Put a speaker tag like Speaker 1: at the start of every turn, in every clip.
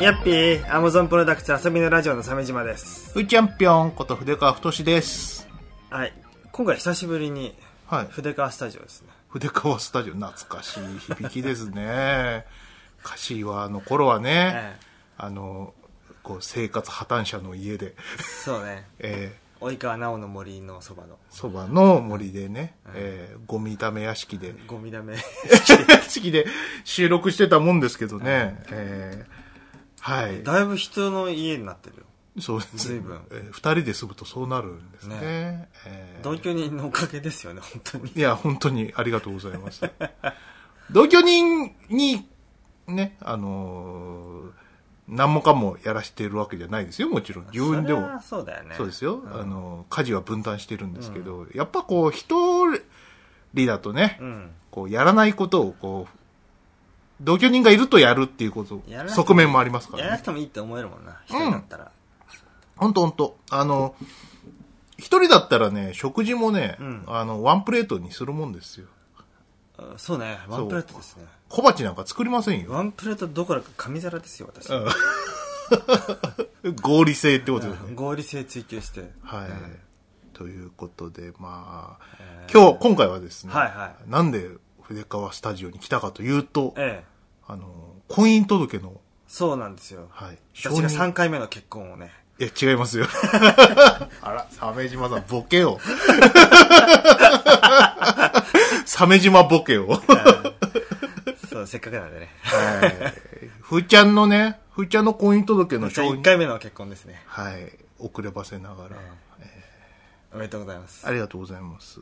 Speaker 1: やっぴー、アマゾンプロダクツ遊びのラジオの鮫島です。
Speaker 2: ふいちゃんぴょんこと筆川太です。
Speaker 1: はい。今回久しぶりに、
Speaker 2: はい。
Speaker 1: 筆川スタジオですね。
Speaker 2: 筆川スタジオ、懐かしい響きですね。 歌詞は、あの頃はね、
Speaker 1: ええ
Speaker 2: あの、こう、生活破綻者の家で、
Speaker 1: そうね。
Speaker 2: え
Speaker 1: 及川直の森のそばの、
Speaker 2: ー、そばの森でね、えー、ゴミ溜め屋敷で、
Speaker 1: ゴミだめ。
Speaker 2: 屋敷で収録してたもんですけどね、えー、はい。
Speaker 1: だいぶ人の家になってるよ。
Speaker 2: そうです
Speaker 1: 随
Speaker 2: ね
Speaker 1: 分。
Speaker 2: えー二人で住むとそうなるんですね。えー
Speaker 1: 同居人のおかげですよね、本当に。
Speaker 2: いや、本当にありがとうございます。 同居人に、ね、あのー何もかもやらしてるわけじゃないですよ、もちろん。自分で
Speaker 1: そり
Speaker 2: も
Speaker 1: ゃ。そうだよね。
Speaker 2: そうですよ。あのー、家事は分担してるんですけど、やっぱこう、一人だとね、
Speaker 1: うん。
Speaker 2: こう、やらないことを、こう、同居人がいるとやるっていうこと
Speaker 1: やらな、くて
Speaker 2: 側面もありますか
Speaker 1: やら
Speaker 2: ら
Speaker 1: なく
Speaker 2: ね。
Speaker 1: てもいいって思えるもんな、一人だったら。
Speaker 2: ほんとほんと。あの、一人だったらね、食事もね、
Speaker 1: うん
Speaker 2: あの、ワンプレートにするもんですよ。
Speaker 1: あそうね、ワンプレートですね。
Speaker 2: 小鉢なんか作りませんよ。
Speaker 1: ワンプレートどころか紙皿ですよ、私。
Speaker 2: 合理性ってことですね。
Speaker 1: 合理性追求して。
Speaker 2: はい。ということで、まあ、
Speaker 1: えー
Speaker 2: 今日、今回はですね、
Speaker 1: はいは
Speaker 2: なんで筆川スタジオに来たかというと、
Speaker 1: ええ。
Speaker 2: あの、婚姻届の、
Speaker 1: そうなんですよ。
Speaker 2: はい、承
Speaker 1: 私が
Speaker 2: 認
Speaker 1: 3回目の結婚 をね。
Speaker 2: いや、違い ますよ。あら、鮫島さん、ボケを。鮫島ボケを。
Speaker 1: そう、せっかくなんでね。
Speaker 2: はい。ふーちゃんのね、ふーちゃんの婚姻届の承
Speaker 1: 1
Speaker 2: 認、
Speaker 1: 回目の結婚ですね。
Speaker 2: はい、遅ればせながら、
Speaker 1: おめでとうございます。
Speaker 2: ありがとうございます。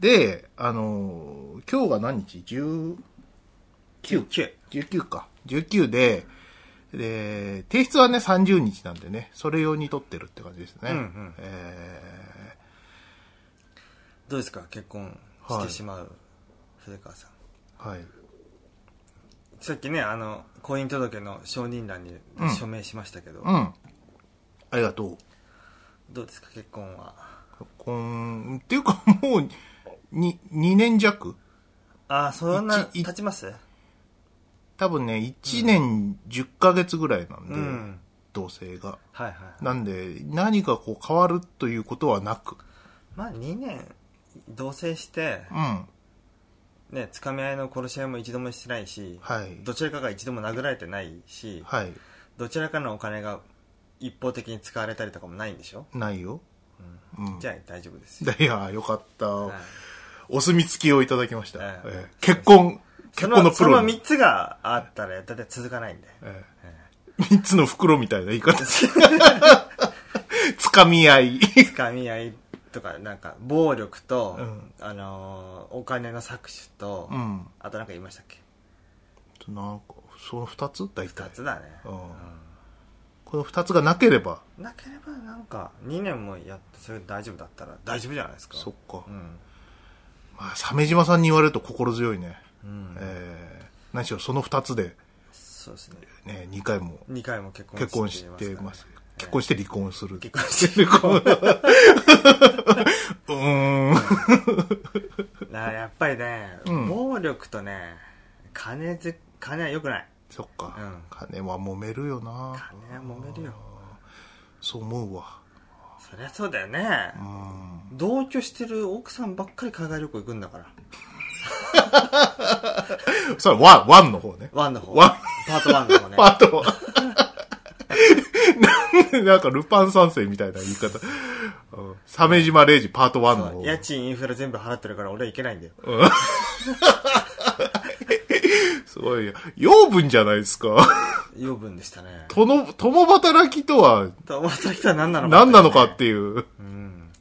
Speaker 2: で、あのー今日が何日 ?19?19
Speaker 1: 9。
Speaker 2: か。19で、で、提出はね、30日なんでね、それ用に取ってるって感じですね。
Speaker 1: うんうん
Speaker 2: え
Speaker 1: どうですか結婚してしまう、筆川さん。
Speaker 2: ーはい。
Speaker 1: さっきね、あの、婚姻届の承認欄に
Speaker 2: ん
Speaker 1: 署名しましたけど、
Speaker 2: うん。ありがとう。
Speaker 1: どうですか結婚は。
Speaker 2: こん、っていうかもう、に、2年弱
Speaker 1: ああ、そんな、
Speaker 2: いちい
Speaker 1: 経ちます
Speaker 2: 多分ね、1年10ヶ月ぐらいなんで、
Speaker 1: うん
Speaker 2: 同棲が。
Speaker 1: はいはい。
Speaker 2: なんで、何かこう変わるということはなく。
Speaker 1: まあ2年、同棲して、
Speaker 2: うん。
Speaker 1: ね、つかみ合いの殺し合いも一度もしてないし、
Speaker 2: はい。
Speaker 1: どちらかが一度も殴られてないし、
Speaker 2: はい。
Speaker 1: どちらかのお金が一方的に使われたりとかもないんでしょ
Speaker 2: ないよ。うん。
Speaker 1: じゃあ大丈夫ですよ。
Speaker 2: いや、よかった。
Speaker 1: はい
Speaker 2: お墨付きをいただきました。
Speaker 1: はい
Speaker 2: ええ結婚、
Speaker 1: そ
Speaker 2: 結婚のプ
Speaker 1: そ
Speaker 2: ロ
Speaker 1: の
Speaker 2: に。
Speaker 1: 3つがあったら、だいたい続かないんで。
Speaker 2: ええ三つの袋みたいな言い方。 つかみ合い。
Speaker 1: つかみ合いとか、なんか、暴力と、
Speaker 2: うん
Speaker 1: あのーお金の搾取と、
Speaker 2: うん。
Speaker 1: あとなんか言いましたっけ
Speaker 2: なんか、その二つ大
Speaker 1: 二
Speaker 2: 体。
Speaker 1: つだね。
Speaker 2: うん
Speaker 1: う
Speaker 2: この二つがなければ。
Speaker 1: んなければ、なんか、2年もやって、それで大丈夫だったら、大丈夫じゃないですか。
Speaker 2: そっか。
Speaker 1: うん。
Speaker 2: まあ、鮫島さんに言われると心強いね。
Speaker 1: うん。
Speaker 2: ええ何しろその二つで、
Speaker 1: そうですね。
Speaker 2: ね、二回も
Speaker 1: 2回も結婚
Speaker 2: 結婚してます
Speaker 1: からね。
Speaker 2: 結婚して離婚する。
Speaker 1: 結婚して
Speaker 2: 離婚。うーん。
Speaker 1: だからやっぱりね、
Speaker 2: うん
Speaker 1: 暴力とね、金づ、金は良くない。
Speaker 2: そっか、
Speaker 1: うん
Speaker 2: 金は揉めるよな
Speaker 1: 金は揉めるよ。
Speaker 2: そう思うわ
Speaker 1: そりゃそうだよね
Speaker 2: う。ん
Speaker 1: 同居してる奥さんばっかり海外旅行行くんだから。
Speaker 2: それワンワンの方 ね
Speaker 1: ワンの方。
Speaker 2: ワン
Speaker 1: パートワンの方ね。
Speaker 2: パートはなんでなんかルパン三世みたいな言い方うん鮫島礼二パート1の
Speaker 1: そ
Speaker 2: 方
Speaker 1: う家賃インフラ全部払ってるから俺は行けないんだよ。
Speaker 2: すごいよ養分じゃないです か
Speaker 1: 養分でしたね。
Speaker 2: 共共働きとは
Speaker 1: と思った人は何なのか、
Speaker 2: 何なのかっ。ていう
Speaker 1: うん。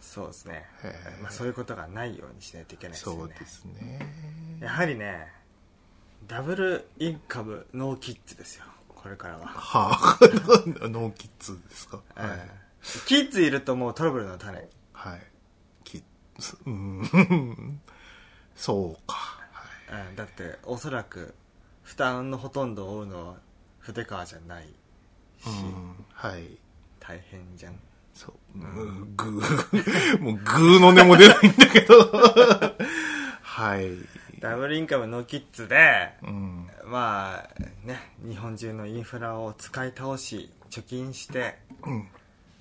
Speaker 1: そうですね
Speaker 2: へ。え
Speaker 1: まあそういうことがないようにしないといけないですよね。
Speaker 2: そうですね
Speaker 1: やはりね、ダブルインカムノーキッズですよ。これからは。
Speaker 2: はあノーキッズですか、
Speaker 1: うん
Speaker 2: はい
Speaker 1: キッズいるともうトラブルの種。
Speaker 2: はい。き、すうーん。 そうか。はい
Speaker 1: うん、だって、おそらく、負担のほとんどを負うのは筆川じゃないし、
Speaker 2: うん。はい。
Speaker 1: 大変じゃん。
Speaker 2: そう。うんぐー。もうぐーの音も出ないんだけど。はい。
Speaker 1: ダブルインカムノーキッズで、
Speaker 2: うん。
Speaker 1: まあね日本中のインフラを使い倒し貯金して
Speaker 2: うん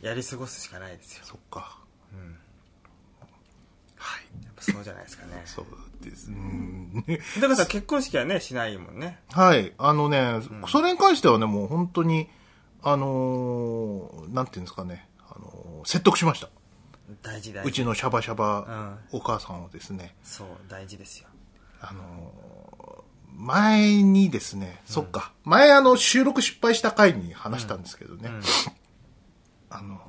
Speaker 1: やり過ごすしかないですよ、
Speaker 2: そっか
Speaker 1: うん、
Speaker 2: はい
Speaker 1: やっぱそうじゃないですか ね
Speaker 2: そうですうん
Speaker 1: だからさ結婚式はねしないもんね
Speaker 2: はい。あのね、
Speaker 1: うん
Speaker 2: それに関してはね、もう本当に、あのーなんていうんですかね、あのー説得しました。
Speaker 1: 大事大事
Speaker 2: うちのシャバシャ
Speaker 1: う
Speaker 2: バ
Speaker 1: ん
Speaker 2: お母さんをですね、
Speaker 1: そう大事ですよ
Speaker 2: あのー前にですね、そっか、前あの、収録失敗した回に話したんですけどね、
Speaker 1: うん
Speaker 2: あの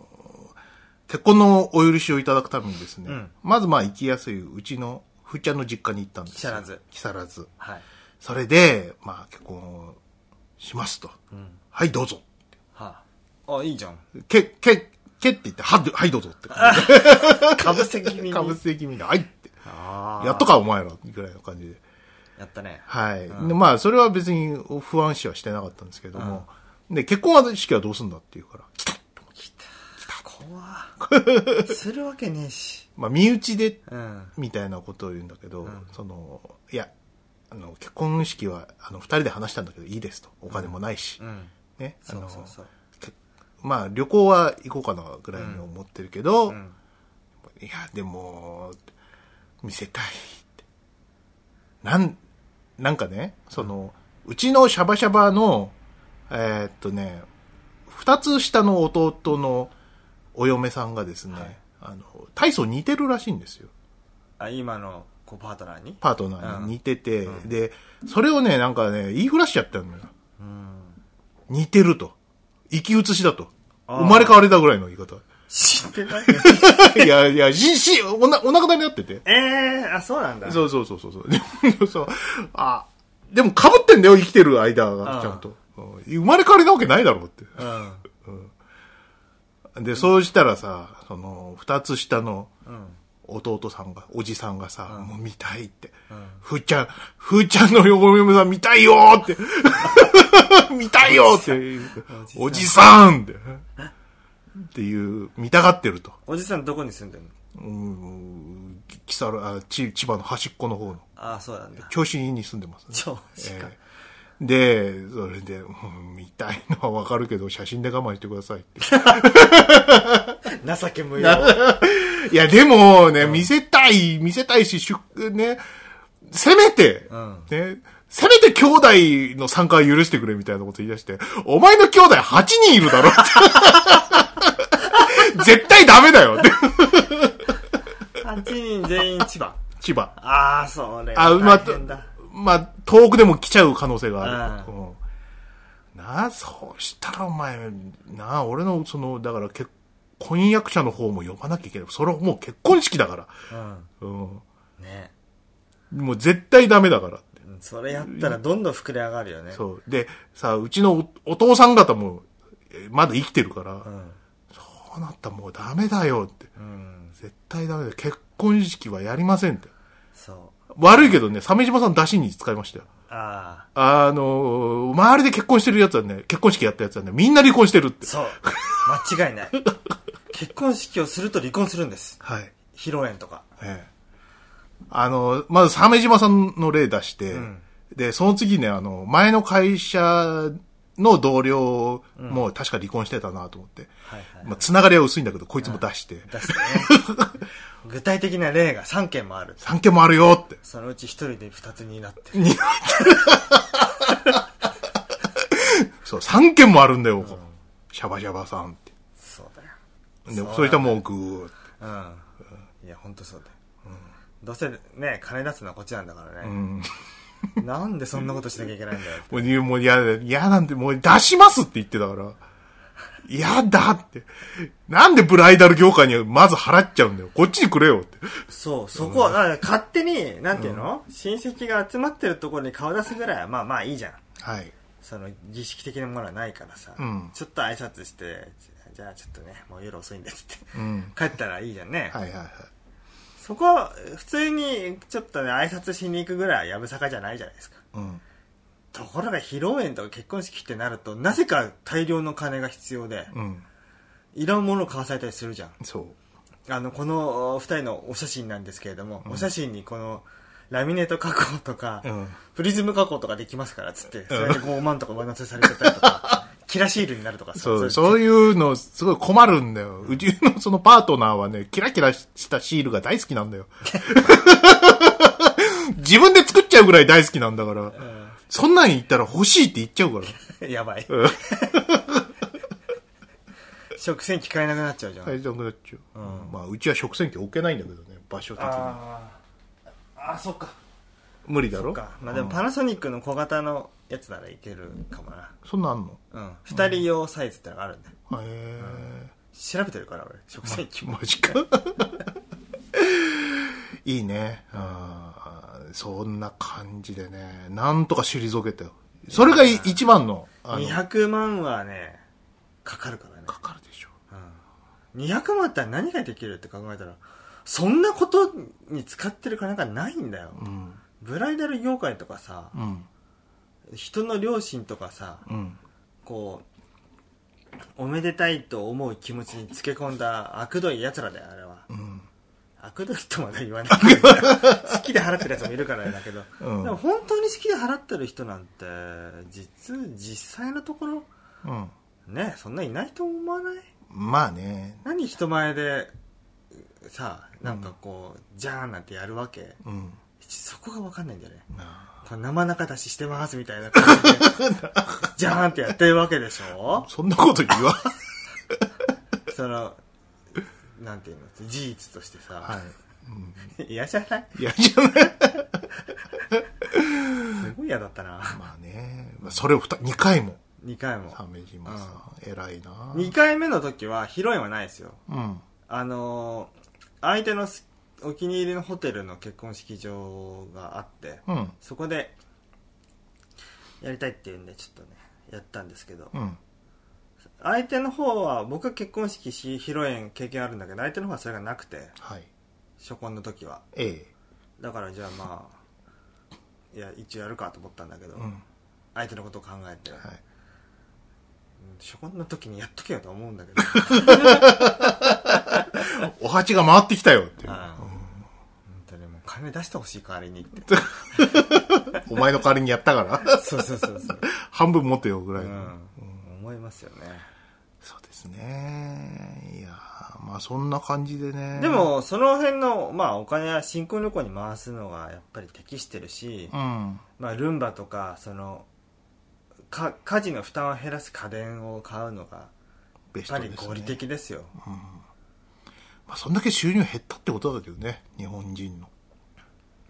Speaker 2: ー結婚のお許しをいただくためにですね、
Speaker 1: うん
Speaker 2: まずまあ行きやすいうちの、ふーちゃんの実家に行ったんですよ
Speaker 1: 木更津。
Speaker 2: 木更津。
Speaker 1: はい、
Speaker 2: それで、まあ結婚しますと。
Speaker 1: うん
Speaker 2: はい、どうぞ。
Speaker 1: はあ、あいいじ ゃん
Speaker 2: け、け、けって言って、は、はい、どうぞって 感
Speaker 1: かぶせ気味
Speaker 2: じ。
Speaker 1: に
Speaker 2: かぶせ気味で、はいって。
Speaker 1: ああ
Speaker 2: やっとか、お前ら、ぐらいの感じで。
Speaker 1: やったね
Speaker 2: はい。
Speaker 1: うん
Speaker 2: でまあ、それは別に不安視はしてなかったんですけども。で、結婚は式はどうすんだって言うから。
Speaker 1: きた怖 するわけねえし
Speaker 2: まあ、身内で、
Speaker 1: うん
Speaker 2: みたいなことを言うんだけど、
Speaker 1: うん
Speaker 2: その、いや、あの、結婚式は、あの、二人で話したんだけど、いいですと。お金もないし。
Speaker 1: うん
Speaker 2: ね。あ
Speaker 1: そ
Speaker 2: の
Speaker 1: うそうそう
Speaker 2: けまあ、旅行は行こうかな、ぐらいに思ってるけど、
Speaker 1: うん
Speaker 2: いや、でも、見せたいって。なん、なんかね、その、うちのシャバシャバの、えーっとね、二つ下の弟のお嫁さんがですね、
Speaker 1: はい
Speaker 2: あの、大層似てるらしいんですよ。
Speaker 1: あ今のこうパートナーに
Speaker 2: パートナーに似てて、
Speaker 1: うん
Speaker 2: で、それをね、なんかね、言いふらしちゃったのよ。
Speaker 1: うん
Speaker 2: 似てると。生き写しだと。
Speaker 1: あー
Speaker 2: 生まれ変わりだぐらいの言い方。
Speaker 1: 知ってない
Speaker 2: いやいや、し、し、おな、お亡くなりになってて。
Speaker 1: ええあそうなんだ
Speaker 2: そうそうそうそうそう。でもそうあ、でも被ってんだよ、生きてる間
Speaker 1: あ
Speaker 2: が、
Speaker 1: あ
Speaker 2: ちゃんと。うん生まれ変わりなわけないだろうって。
Speaker 1: うん
Speaker 2: で、そうしたらさ、その、二つ下の
Speaker 1: うん
Speaker 2: 弟さんが、おじさんがさ、もう見たいって。
Speaker 1: うん
Speaker 2: ふーちゃん、ふーちゃんの横嫁さん見たいよーって。見たいよーって言う。お
Speaker 1: お
Speaker 2: じ
Speaker 1: じ
Speaker 2: さんって。っていう、見たがってると。
Speaker 1: おじさんどこに住んでるの
Speaker 2: うん、きさる、あ、ち、千葉の端っこの方の。
Speaker 1: ああそうなんだ
Speaker 2: 教師に住んでますね。
Speaker 1: 超近い
Speaker 2: えーで、それで、うん見たいのはわかるけど、写真で我慢してくださいって。
Speaker 1: 情け無用
Speaker 2: いや、でもね、見せたい、見せたいし、しゅね、せめて、
Speaker 1: うん
Speaker 2: ね、せめて兄弟の参加は許してくれみたいなこと言い出して、お前の兄弟8人いるだろって。 絶対ダメだよって。
Speaker 1: 8人全員千葉
Speaker 2: 千葉。
Speaker 1: ああそれ
Speaker 2: あ、まあ
Speaker 1: 大変だ、
Speaker 2: まあ、遠くでも来ちゃう可能性がある。
Speaker 1: う
Speaker 2: うんなあ、そうしたらお前、なあ、俺の、その、だから、結婚約者の方も呼ばなきゃいけない。それはもう結婚式だから。
Speaker 1: うん
Speaker 2: うん。
Speaker 1: ね
Speaker 2: もう絶対ダメだからって。
Speaker 1: うんそれやったらどんどん膨れ上がるよね
Speaker 2: そう。で、さあ、うちのおお父さん方も、えまだ生きてるから、
Speaker 1: うん
Speaker 2: そうなったらもうダメだよって。
Speaker 1: うん
Speaker 2: 絶対ダメだよ。結婚式はやりませんって。
Speaker 1: そ
Speaker 2: 悪いけどね、鮫島さん出しに使いましたよ。
Speaker 1: うあ
Speaker 2: あのー周りで結婚してるやつはね、結婚式やったやつはね、みんな離婚してるっ
Speaker 1: あ
Speaker 2: て。
Speaker 1: そう間違いない結婚式をすると離婚するんです
Speaker 2: はい。
Speaker 1: 披露宴とか
Speaker 2: ええ。あのーまず、鮫島さんの例出して、
Speaker 1: うん
Speaker 2: で、その次ね、あの、前の会社の同僚も確か離婚してたなと思って、
Speaker 1: はいはい、
Speaker 2: まあ、つながりは薄いんだけど、こいつも出して、
Speaker 1: 出してね具体的な例が3件もある
Speaker 2: 3件もあるよって。
Speaker 1: そのうち1人で2つになってる
Speaker 2: にそう、3件もあるんだよ、シャバシャバさんって。
Speaker 1: そうだよ
Speaker 2: で、
Speaker 1: う
Speaker 2: それともうぐーって。
Speaker 1: うんいや本当そうだよ、どうせね金出すのはこっちなんだから
Speaker 2: う
Speaker 1: ね、
Speaker 2: ん
Speaker 1: なんでそんなことしなきゃいけないん だよ
Speaker 2: もう、いやもう嫌だ、嫌なんて、もう出しますって言ってたから。嫌だって。なんでブライダル業界にまず払っちゃうんだよ。こっちにくれよって。
Speaker 1: そうそこはだから勝手になんていうの、親戚が集まってるところに顔出すぐらいはまあまあいいじゃん
Speaker 2: はい。
Speaker 1: その儀式的なものはないからさ、
Speaker 2: うん
Speaker 1: ちょっと挨拶してじゃあちょっとねもう夜遅いんですって
Speaker 2: うん。
Speaker 1: 帰ったらいいじゃんね、
Speaker 2: はいはいはい。
Speaker 1: そこは普通にちょっとね挨拶しに行くぐらいはやぶさかじゃないじゃないですか
Speaker 2: うん。
Speaker 1: ところが披露宴とか結婚式ってなるとなぜか大量の金が必要で
Speaker 2: うん。
Speaker 1: いろんなものを買わされたりするじゃん
Speaker 2: そう。
Speaker 1: あのこのお二人のお写真なんですけれども、お写真にこのラミネート加工とか、
Speaker 2: うん
Speaker 1: プリズム加工とかできますからっつってそれで5万とか上乗せされてたりと かキラシールになるとかさ
Speaker 2: そう、
Speaker 1: う
Speaker 2: そういうの、すごい困るんだよ。うちのそのパートナーはね、キラキラしたシールが大好きなんだよ。自分で作っちゃうぐらい大好きなんだから。そんなん言ったら欲しいって言っちゃうから。
Speaker 1: いう やばい食洗機買えなくなっちゃうじゃん、
Speaker 2: 大丈夫なっちゃう。まあ、うちは食洗機置けないんだけどね、場所的に。
Speaker 1: あーあーそっか
Speaker 2: 無理だろ
Speaker 1: そっか、まあ、でもパナソニックの小型のやつならいけるかもな
Speaker 2: そんなんあんの
Speaker 1: うん2人用サイズってのがあるんだよ
Speaker 2: へえ
Speaker 1: 調べてるから俺食洗機
Speaker 2: ー。
Speaker 1: も
Speaker 2: マジか。 いいね。あーそんな感じでね、なんとか退けたよ。それがい一番の、あの、
Speaker 1: 200万はねかかるからね
Speaker 2: かかるでしょ。
Speaker 1: 200万あったら何ができるって考えたらそんなことに使ってる金がないんだよ、
Speaker 2: うん。
Speaker 1: ブライダル業界とかさ
Speaker 2: うん。
Speaker 1: 人の両親とかさ
Speaker 2: うん。
Speaker 1: こうおめでたいと思う気持ちにつけ込んだ悪どい奴らだよあれは
Speaker 2: うん。
Speaker 1: 悪どいとまだ言わない けど好きで払ってる奴もいるからだけど、
Speaker 2: うん
Speaker 1: でも本当に好きで払ってる人なんて実実際のところ
Speaker 2: うん。
Speaker 1: ねそんないないと思わない
Speaker 2: まあね。
Speaker 1: 何人前でさなんかこう、じゃーんなんてやるわけ
Speaker 2: うん。
Speaker 1: そこが分かんないんだよね
Speaker 2: な
Speaker 1: こう生中出ししてますみたいな感じで じゃーんってやってるわけでしょ
Speaker 2: あそんなこと言わん。
Speaker 1: そのなんていうの事実として
Speaker 2: は
Speaker 1: さ、
Speaker 2: い。うん。
Speaker 1: 嫌じゃ ない
Speaker 2: いや、じゃない。
Speaker 1: すごい嫌だったな
Speaker 2: まあね。まあ、それを二回も。
Speaker 1: 2回も
Speaker 2: 鮫島さん。偉いな。
Speaker 1: 2回目の時はヒロインはないですよ
Speaker 2: うん。
Speaker 1: あのー相手のすお気に入りのホテルの結婚式場があって、
Speaker 2: うん。
Speaker 1: そこでやりたいっていうんでちょっとねやったんですけど
Speaker 2: うん。
Speaker 1: 相手の方は僕は結婚式し披露宴経験あるんだけど相手の方はそれがなくて
Speaker 2: はい。
Speaker 1: 初婚の時は
Speaker 2: ええ。
Speaker 1: だからじゃあまあいや一応やるかと思ったんだけど、
Speaker 2: うん。
Speaker 1: 相手のことを考えて、
Speaker 2: はい。
Speaker 1: うん初婚の時にやっとけよと思うんだけど
Speaker 2: お鉢が回ってきたよっていう。
Speaker 1: ああ本当にもう金出してほしい代わりにって
Speaker 2: お前の代わりにやっ たから。
Speaker 1: そうそうそうそう、
Speaker 2: 半分持てよぐら
Speaker 1: う
Speaker 2: いの。
Speaker 1: ん、思いますよね
Speaker 2: そうですね。いやーまあそんな感じでね。
Speaker 1: で、も、その辺の、まあ、お金は新婚旅行に回すのがやっぱり適してるし、
Speaker 2: うん。
Speaker 1: まあ、ルンバとか、その、か家事の負担を減らす家電を買うのが、
Speaker 2: ベス
Speaker 1: や
Speaker 2: ト
Speaker 1: っぱ
Speaker 2: です
Speaker 1: り
Speaker 2: ね。
Speaker 1: 合理的ですよ。
Speaker 2: まあそんだけ収入減ったってことだけどね。日本人の。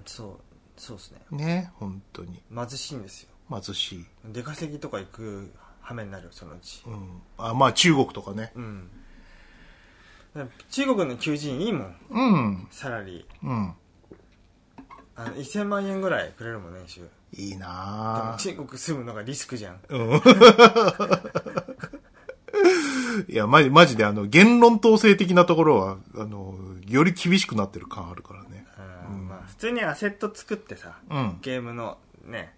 Speaker 1: そう、そうですね。
Speaker 2: ね。本当に。
Speaker 1: 貧しいんですよ。
Speaker 2: 貧しい。
Speaker 1: 出稼ぎとか行く羽目になるよ、そのうち
Speaker 2: う。ん。あ、まあ中国とかね。
Speaker 1: うん。中国の求人いいもん、
Speaker 2: うん。
Speaker 1: サラリー。
Speaker 2: うん。
Speaker 1: あの、1000万円ぐらいくれるもん、年収。で
Speaker 2: いい
Speaker 1: も
Speaker 2: なー
Speaker 1: 中国住むのがリスクじゃん。
Speaker 2: いや、まじ、まじであの、言論統制的なところは、あの、より厳しくなってる感あるからね。
Speaker 1: うんまあ、普通にアセット作ってさ、
Speaker 2: うん。
Speaker 1: ゲームのね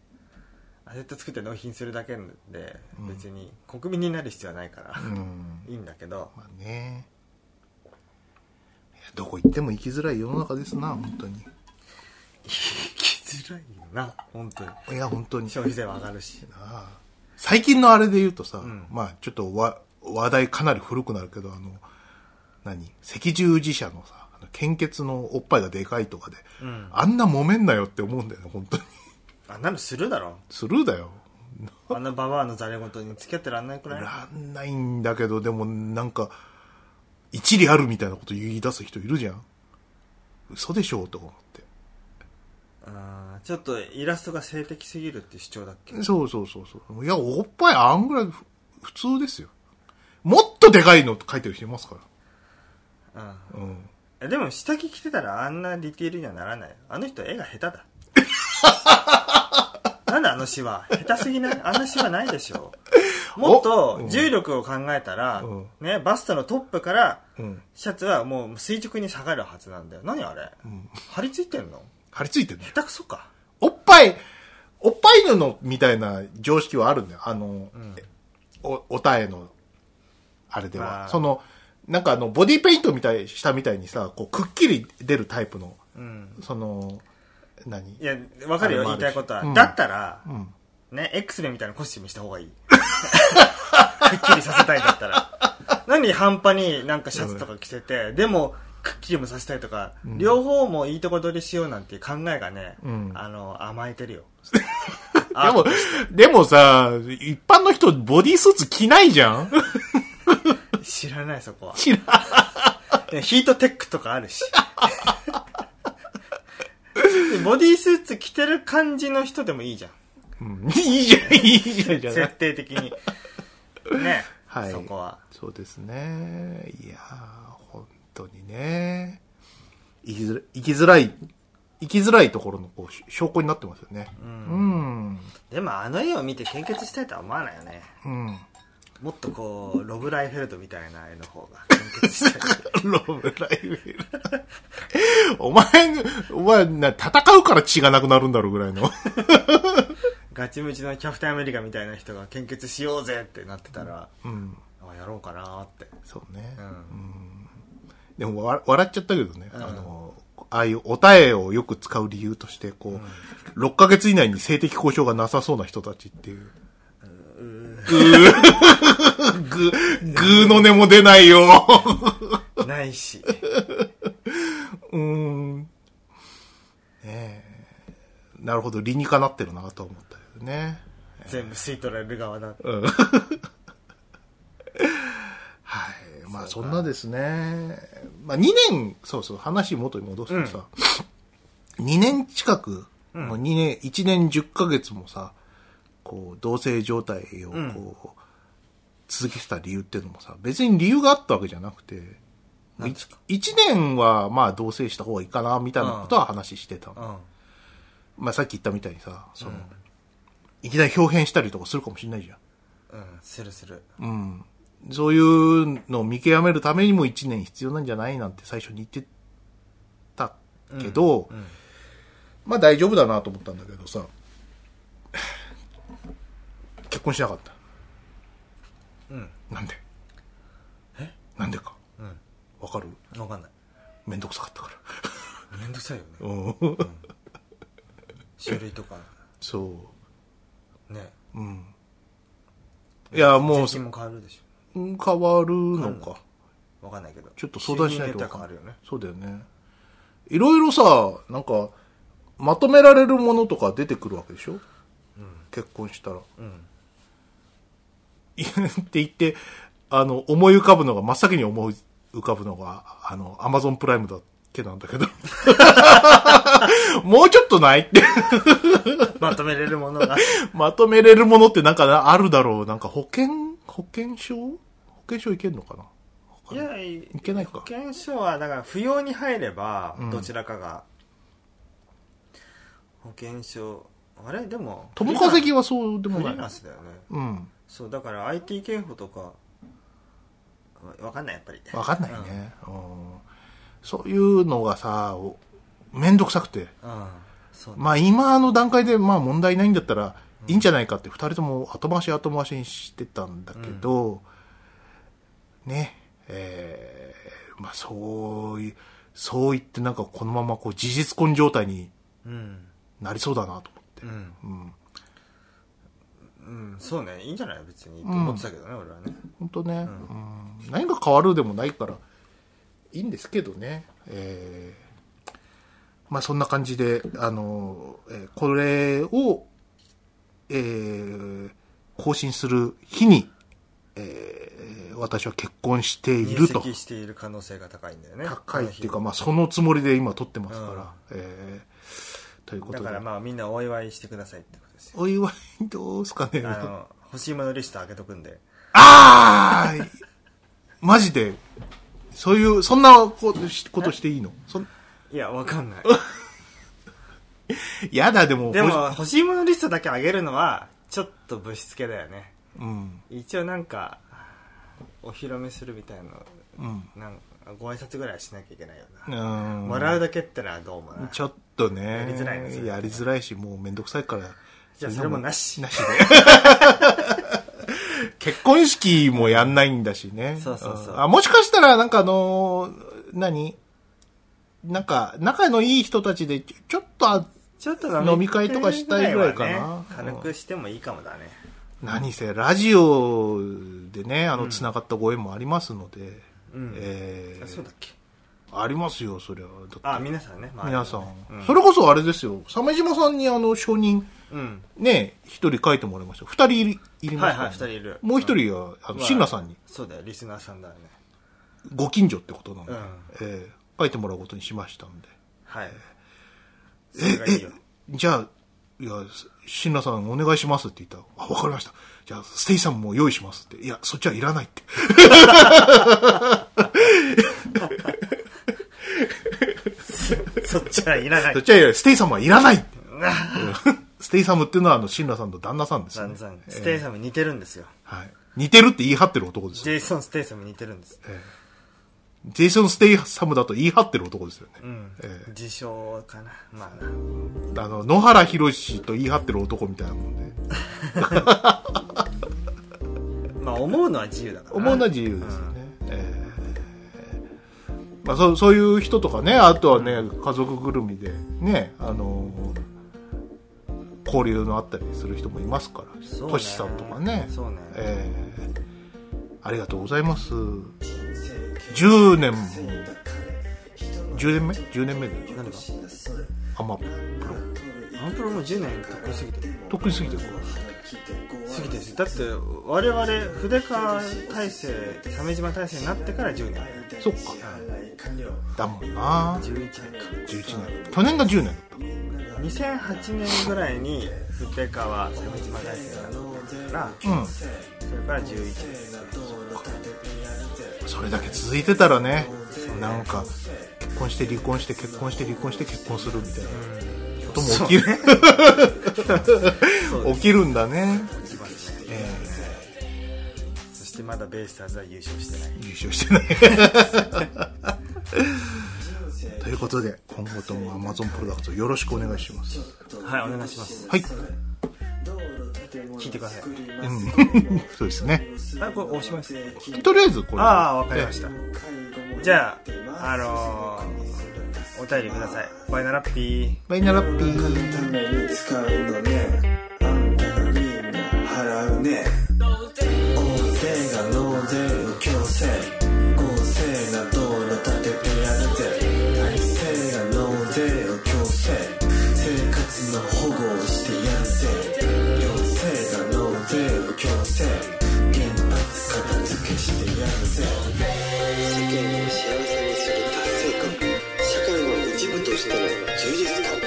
Speaker 1: アセット作って納品するだけで別に国民になる必要はないから、
Speaker 2: うん。
Speaker 1: いいんだけど
Speaker 2: まあね。いやどこ行っても行きづらい世の中ですな、本当に。
Speaker 1: 生きづらいよな本当に
Speaker 2: いや、本当に。
Speaker 1: 消費税は上がるし
Speaker 2: ああ最近のあれで言うとさ、
Speaker 1: ん
Speaker 2: まあちょっとわ話題かなり古くなるけど、あの、何赤十字社のさ、あの献血のおっぱいがでかいとかで、
Speaker 1: うん
Speaker 2: あんな揉めんなよって思うんだよね、本当に。
Speaker 1: あんなのするだろ
Speaker 2: スルーだよ。
Speaker 1: あのババアのざれ言に付き合ってらんないくらい
Speaker 2: らんないんだけど、でもなんか、一理あるみたいなこと言い出す人いるじゃん。嘘でしょ、とか思って。
Speaker 1: うんちょっとイラストが性的すぎるって主張だっけ
Speaker 2: そうそうそうそう。いや、おっぱいあんぐらいふ普通ですよ。もっとでかいの書いてる人いますか
Speaker 1: うん
Speaker 2: ら。うん。
Speaker 1: えでも下着着てたらあんなディテールにはならないあの人絵が下手 だなんだあの詩は下手すぎないあの詩はないでしょもっと重力を考えたら、
Speaker 2: うん
Speaker 1: ね、バストのトップから
Speaker 2: うん。
Speaker 1: シャツはもう垂直に下がるはずなんだよ何あれ、張り付いてんの
Speaker 2: 張り付いてるね。
Speaker 1: 下手くそか
Speaker 2: おっぱい、おっぱい布みたいな常識はあるんだよ。あの、お、おたえの、あれでは。
Speaker 1: まあ
Speaker 2: その、なんかあの、ボディペイントみたい、したみたいにさ、こう、くっきり出るタイプの、
Speaker 1: うん
Speaker 2: その、何
Speaker 1: いや、わかるよ、
Speaker 2: あれも
Speaker 1: 言
Speaker 2: あ
Speaker 1: い
Speaker 2: るした
Speaker 1: いことは。
Speaker 2: うん
Speaker 1: だったら、
Speaker 2: うん。
Speaker 1: ね、X メンみたいなコスチュームにした方がいい。くっきりさせたいんだったら。何半端になんかシャツとか着せて、でも、くっきりもさせたいとか、
Speaker 2: ん
Speaker 1: 両方もいいとこ取りしようなんていう考えがね、
Speaker 2: うん
Speaker 1: あの、甘えてるよ。
Speaker 2: でも、でもさ、一般の人、ボディースーツ着ないじゃん
Speaker 1: 知らない、そこは。
Speaker 2: 知 らん。
Speaker 1: いやヒートテックとかあるし。 でボディースーツ着てる感じの人でもいいじゃん。
Speaker 2: うんいいじゃん、いいじゃん、じゃな
Speaker 1: 設
Speaker 2: い。
Speaker 1: 定的に。ね、
Speaker 2: はい
Speaker 1: そこは。
Speaker 2: そうですね。いやー、本当にね。生きづらい、生きづらい、生きづらいところのこうし証拠になってますよね。うん。
Speaker 1: でもあの絵を見て献血したいとは思わないよね。
Speaker 2: うん。
Speaker 1: もっとこう、ロブライフェルドみたいな絵の方が献血した い。
Speaker 2: ロブライフェル。 お前、お前な、戦うから血がなくなるんだろうぐらい の。
Speaker 1: ガチムチのキャプテンアメリカみたいな人が献血しようぜってなってたら、
Speaker 2: うん。
Speaker 1: あやろうかなーって。
Speaker 2: そうね。
Speaker 1: うん。
Speaker 2: でもわ笑っちゃったけどね、あの、ああいうおたえをよく使う理由として、こう、6ヶ月以内に性的交渉がなさそうな人たちっていう。ぐー、ぐー、ぐーの音も出ない よ。
Speaker 1: ないし。
Speaker 2: うーん。ねえ。なるほど、理にかなってるなと思ったけどね。
Speaker 1: 全部吸い取られる側だ。
Speaker 2: はい。まあそんなですね。まあ2年、そうそう、話元に戻すとさ、2年近く、もう2年、1年10ヶ月もさ、こう、同棲状態をこう、
Speaker 1: ん
Speaker 2: 続けてた理由っていうのもさ、別に理由があったわけじゃなくて、
Speaker 1: なんですか
Speaker 2: 1年はまあ同棲した方がいいかな、みたいなことは話してたの。
Speaker 1: うん。
Speaker 2: まあさっき言ったみたいにさ、その、いきなり表変したりとかするかもしれないじゃん。
Speaker 1: うん、するする。
Speaker 2: うん。そういうのを見極めるためにも一年必要なんじゃないなんて最初に言ってたけど、
Speaker 1: うん。
Speaker 2: まあ大丈夫だなと思ったんだけどさ、結婚しなかった。
Speaker 1: うん。
Speaker 2: なんでえなんでか。
Speaker 1: う
Speaker 2: わかる
Speaker 1: ん。わかんない。
Speaker 2: めんどくさか ったか
Speaker 1: めんどくさいよね。
Speaker 2: ら。うん。
Speaker 1: 書類とか。
Speaker 2: そ
Speaker 1: ね。
Speaker 2: う。うん。いや、もう
Speaker 1: 税、金も変わるでし
Speaker 2: うん変わるのか。
Speaker 1: ょ。わかんないけど。
Speaker 2: ちょっと相談しないと
Speaker 1: 収入によっては変わるよね。
Speaker 2: そうだよね。いろいろさ、なんか、まとめられるものとか出てくるわけでしょ、結婚したら。
Speaker 1: うん。
Speaker 2: いやって言って、あの、思い浮かぶのが、真っ先に思い浮かぶのが、あの、アマゾンプライムだっけなんだけど。 もうちょっとないって。
Speaker 1: まとめれるものが。
Speaker 2: まとめれるものってなんかなあるだろう。なんか保険、保険証保険証いけんのかない
Speaker 1: や、い
Speaker 2: いけないか
Speaker 1: 保険証は、だから、扶養に入れば
Speaker 2: うん、
Speaker 1: どちらかが。保険証、あれでも、
Speaker 2: 友稼ぎはそうで
Speaker 1: フ
Speaker 2: も
Speaker 1: リ
Speaker 2: な
Speaker 1: ーラン
Speaker 2: い。
Speaker 1: スだよね。
Speaker 2: うん。
Speaker 1: そう、だから IT 警報とか、わかんない、やっぱり。
Speaker 2: わかんないね、うんそういうのがさ、おめんどくさくて。
Speaker 1: うん。うん。そうね。
Speaker 2: まあ今の段階でまあ問題ないんだったらいいんじゃないかって二人とも後回し後回しにしてたんだけど、ね、えー、まあそうい、そう言ってなんかこのままこう事実婚状態に
Speaker 1: うん。
Speaker 2: なりそうだなと思って
Speaker 1: う。ん。
Speaker 2: うん。
Speaker 1: うん、そうね。いいんじゃない別に。と思ってたけどね、俺はね。
Speaker 2: 本当ね、うん何が変わるでもないからいいんですけどね、えーまあそんな感じであの、えーこれを、えー更新する日に、えー私は結婚してい
Speaker 1: 入
Speaker 2: ると
Speaker 1: 籍している可能性が高いんだよね。
Speaker 2: 高いっていう
Speaker 1: こ
Speaker 2: か、まあ、そのつもりで今撮ってますから、えーというこ
Speaker 1: の日だ
Speaker 2: と
Speaker 1: か
Speaker 2: で
Speaker 1: らまあみんなお祝いしてくださいってことですよ。
Speaker 2: お祝いどうすかね
Speaker 1: あの、欲しいものリスト開けとくんで。
Speaker 2: ああマジで、そういう、そんなことしことしていいのそん
Speaker 1: いや、わかんない。
Speaker 2: やだ、でも。
Speaker 1: でも
Speaker 2: ほし、
Speaker 1: 欲しいものリストだけ上げるのは、ちょっとぶしつけだよね。
Speaker 2: うん。
Speaker 1: 一応なんか、お披露目するみたいな、
Speaker 2: うん。
Speaker 1: なんご挨拶ぐらいはしなきゃいけないよ
Speaker 2: う
Speaker 1: な。
Speaker 2: ん。
Speaker 1: もらうだけってのはどうもな。
Speaker 2: ちょっとね。
Speaker 1: やりづらいねそれ
Speaker 2: やりづらいし、もうめんどくさいから。
Speaker 1: じゃあそれもなし
Speaker 2: なしで。結婚式もやんないんだしね。
Speaker 1: そうそうそうん
Speaker 2: あ、もしかしたら、なんかあのー何なんか、仲のいい人たちでちょ、ちょっとあ
Speaker 1: ちょっと
Speaker 2: 飲み会とかしたいぐらいかな
Speaker 1: 飲み会はね軽くしてもいいかもだね。
Speaker 2: 何せラジオでねあのつながったご縁もありますので、
Speaker 1: うん
Speaker 2: えー
Speaker 1: あそうだっけ
Speaker 2: ありますよそれはだっ
Speaker 1: あ、
Speaker 2: て
Speaker 1: 皆さんね。まあ
Speaker 2: 皆さん、
Speaker 1: う
Speaker 2: それこそあれですよ鮫島さんにあの承認
Speaker 1: うん。
Speaker 2: ね一人書いてもらいました二人いりいりま
Speaker 1: はい
Speaker 2: すから
Speaker 1: はい、二人い
Speaker 2: ね
Speaker 1: る。
Speaker 2: もう一人はあの
Speaker 1: うん
Speaker 2: 椎名さんに
Speaker 1: そうだよ、リスナーさんだね。
Speaker 2: ご近所ってことなので、
Speaker 1: うん
Speaker 2: えー書いてもらうことにしましたんで
Speaker 1: はい。それがいいよ。
Speaker 2: じゃあいや椎名さんお願いしますって言ったら「あわかりましたじゃあステイさんも用意します」って「いやそっちはいらない」って
Speaker 1: そっちはいらない
Speaker 2: そっ。ちはいらないステイ様はいらないって ステイ様っていうのは、あの、シンラさんの旦那さんです
Speaker 1: 散
Speaker 2: ね。
Speaker 1: 々。ステイサムに似てるんですよ。
Speaker 2: はい。似てるって言い張ってる男です
Speaker 1: ジ
Speaker 2: よ。
Speaker 1: ェイソン・ステイサムに似てるんです。
Speaker 2: ジェイソン・ステイサムだと言い張ってる男ですよね。
Speaker 1: うん
Speaker 2: え。
Speaker 1: 自称かな。まあ
Speaker 2: あの、野原宏と言い張ってる男みたいなもんで。
Speaker 1: な。まあ、思うのは自由だから。
Speaker 2: 思うのは自由ですよね。ええまあ、そう、そういう人とかね、あとはね、家族ぐるみで、ね、あの交流のあったりする人もいますから、
Speaker 1: そうね
Speaker 2: トシさんとかね。
Speaker 1: そうね
Speaker 2: ええありがとうございます。10年も、10年目 ?10 年目で
Speaker 1: 何が
Speaker 2: アマプロ。
Speaker 1: アンプロも10年得意すぎてる。
Speaker 2: とっくに過ぎてるから。
Speaker 1: 過ぎてるしだって我々筆川大成鮫島大成になってから10年
Speaker 2: そっか。だもんな
Speaker 1: 11
Speaker 2: 11年。去年が10年だった。
Speaker 1: 年か2008年ぐらいに筆川鮫島大成になったから、
Speaker 2: うん。
Speaker 1: それから11年
Speaker 2: それだけ続いてたらねなんか結婚して離婚して結婚して離婚して結婚するみたいなことも起きる、
Speaker 1: そうで
Speaker 2: 起きるんだね、
Speaker 1: すきますね
Speaker 2: え
Speaker 1: そしてまだベイスターズは優勝してない
Speaker 2: ー優勝してない ということで今後とも Amazon プロダクトよろしくお願いします
Speaker 1: はいお願いします
Speaker 2: はい、
Speaker 1: 聞いてください
Speaker 2: うん、 そうですね
Speaker 1: あこれおしまいです
Speaker 2: とりあえずこれ
Speaker 1: ああわかりましたたじゃああのー、お便りくださいバイナラッピー
Speaker 2: バイナラッピー
Speaker 3: ために使うのねあんたがみんな払うね大勢が納税を強制公正な道路立ててやるぜ大勢が納税を強制生活の保護をしてやるぜ行政が納税を強制原発片付けしてやるぜ
Speaker 4: 世間を幸せにする達成感社会の一部としての充実感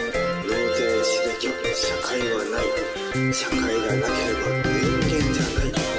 Speaker 4: 納税しなきゃ社会はない社会がなければ人間じゃない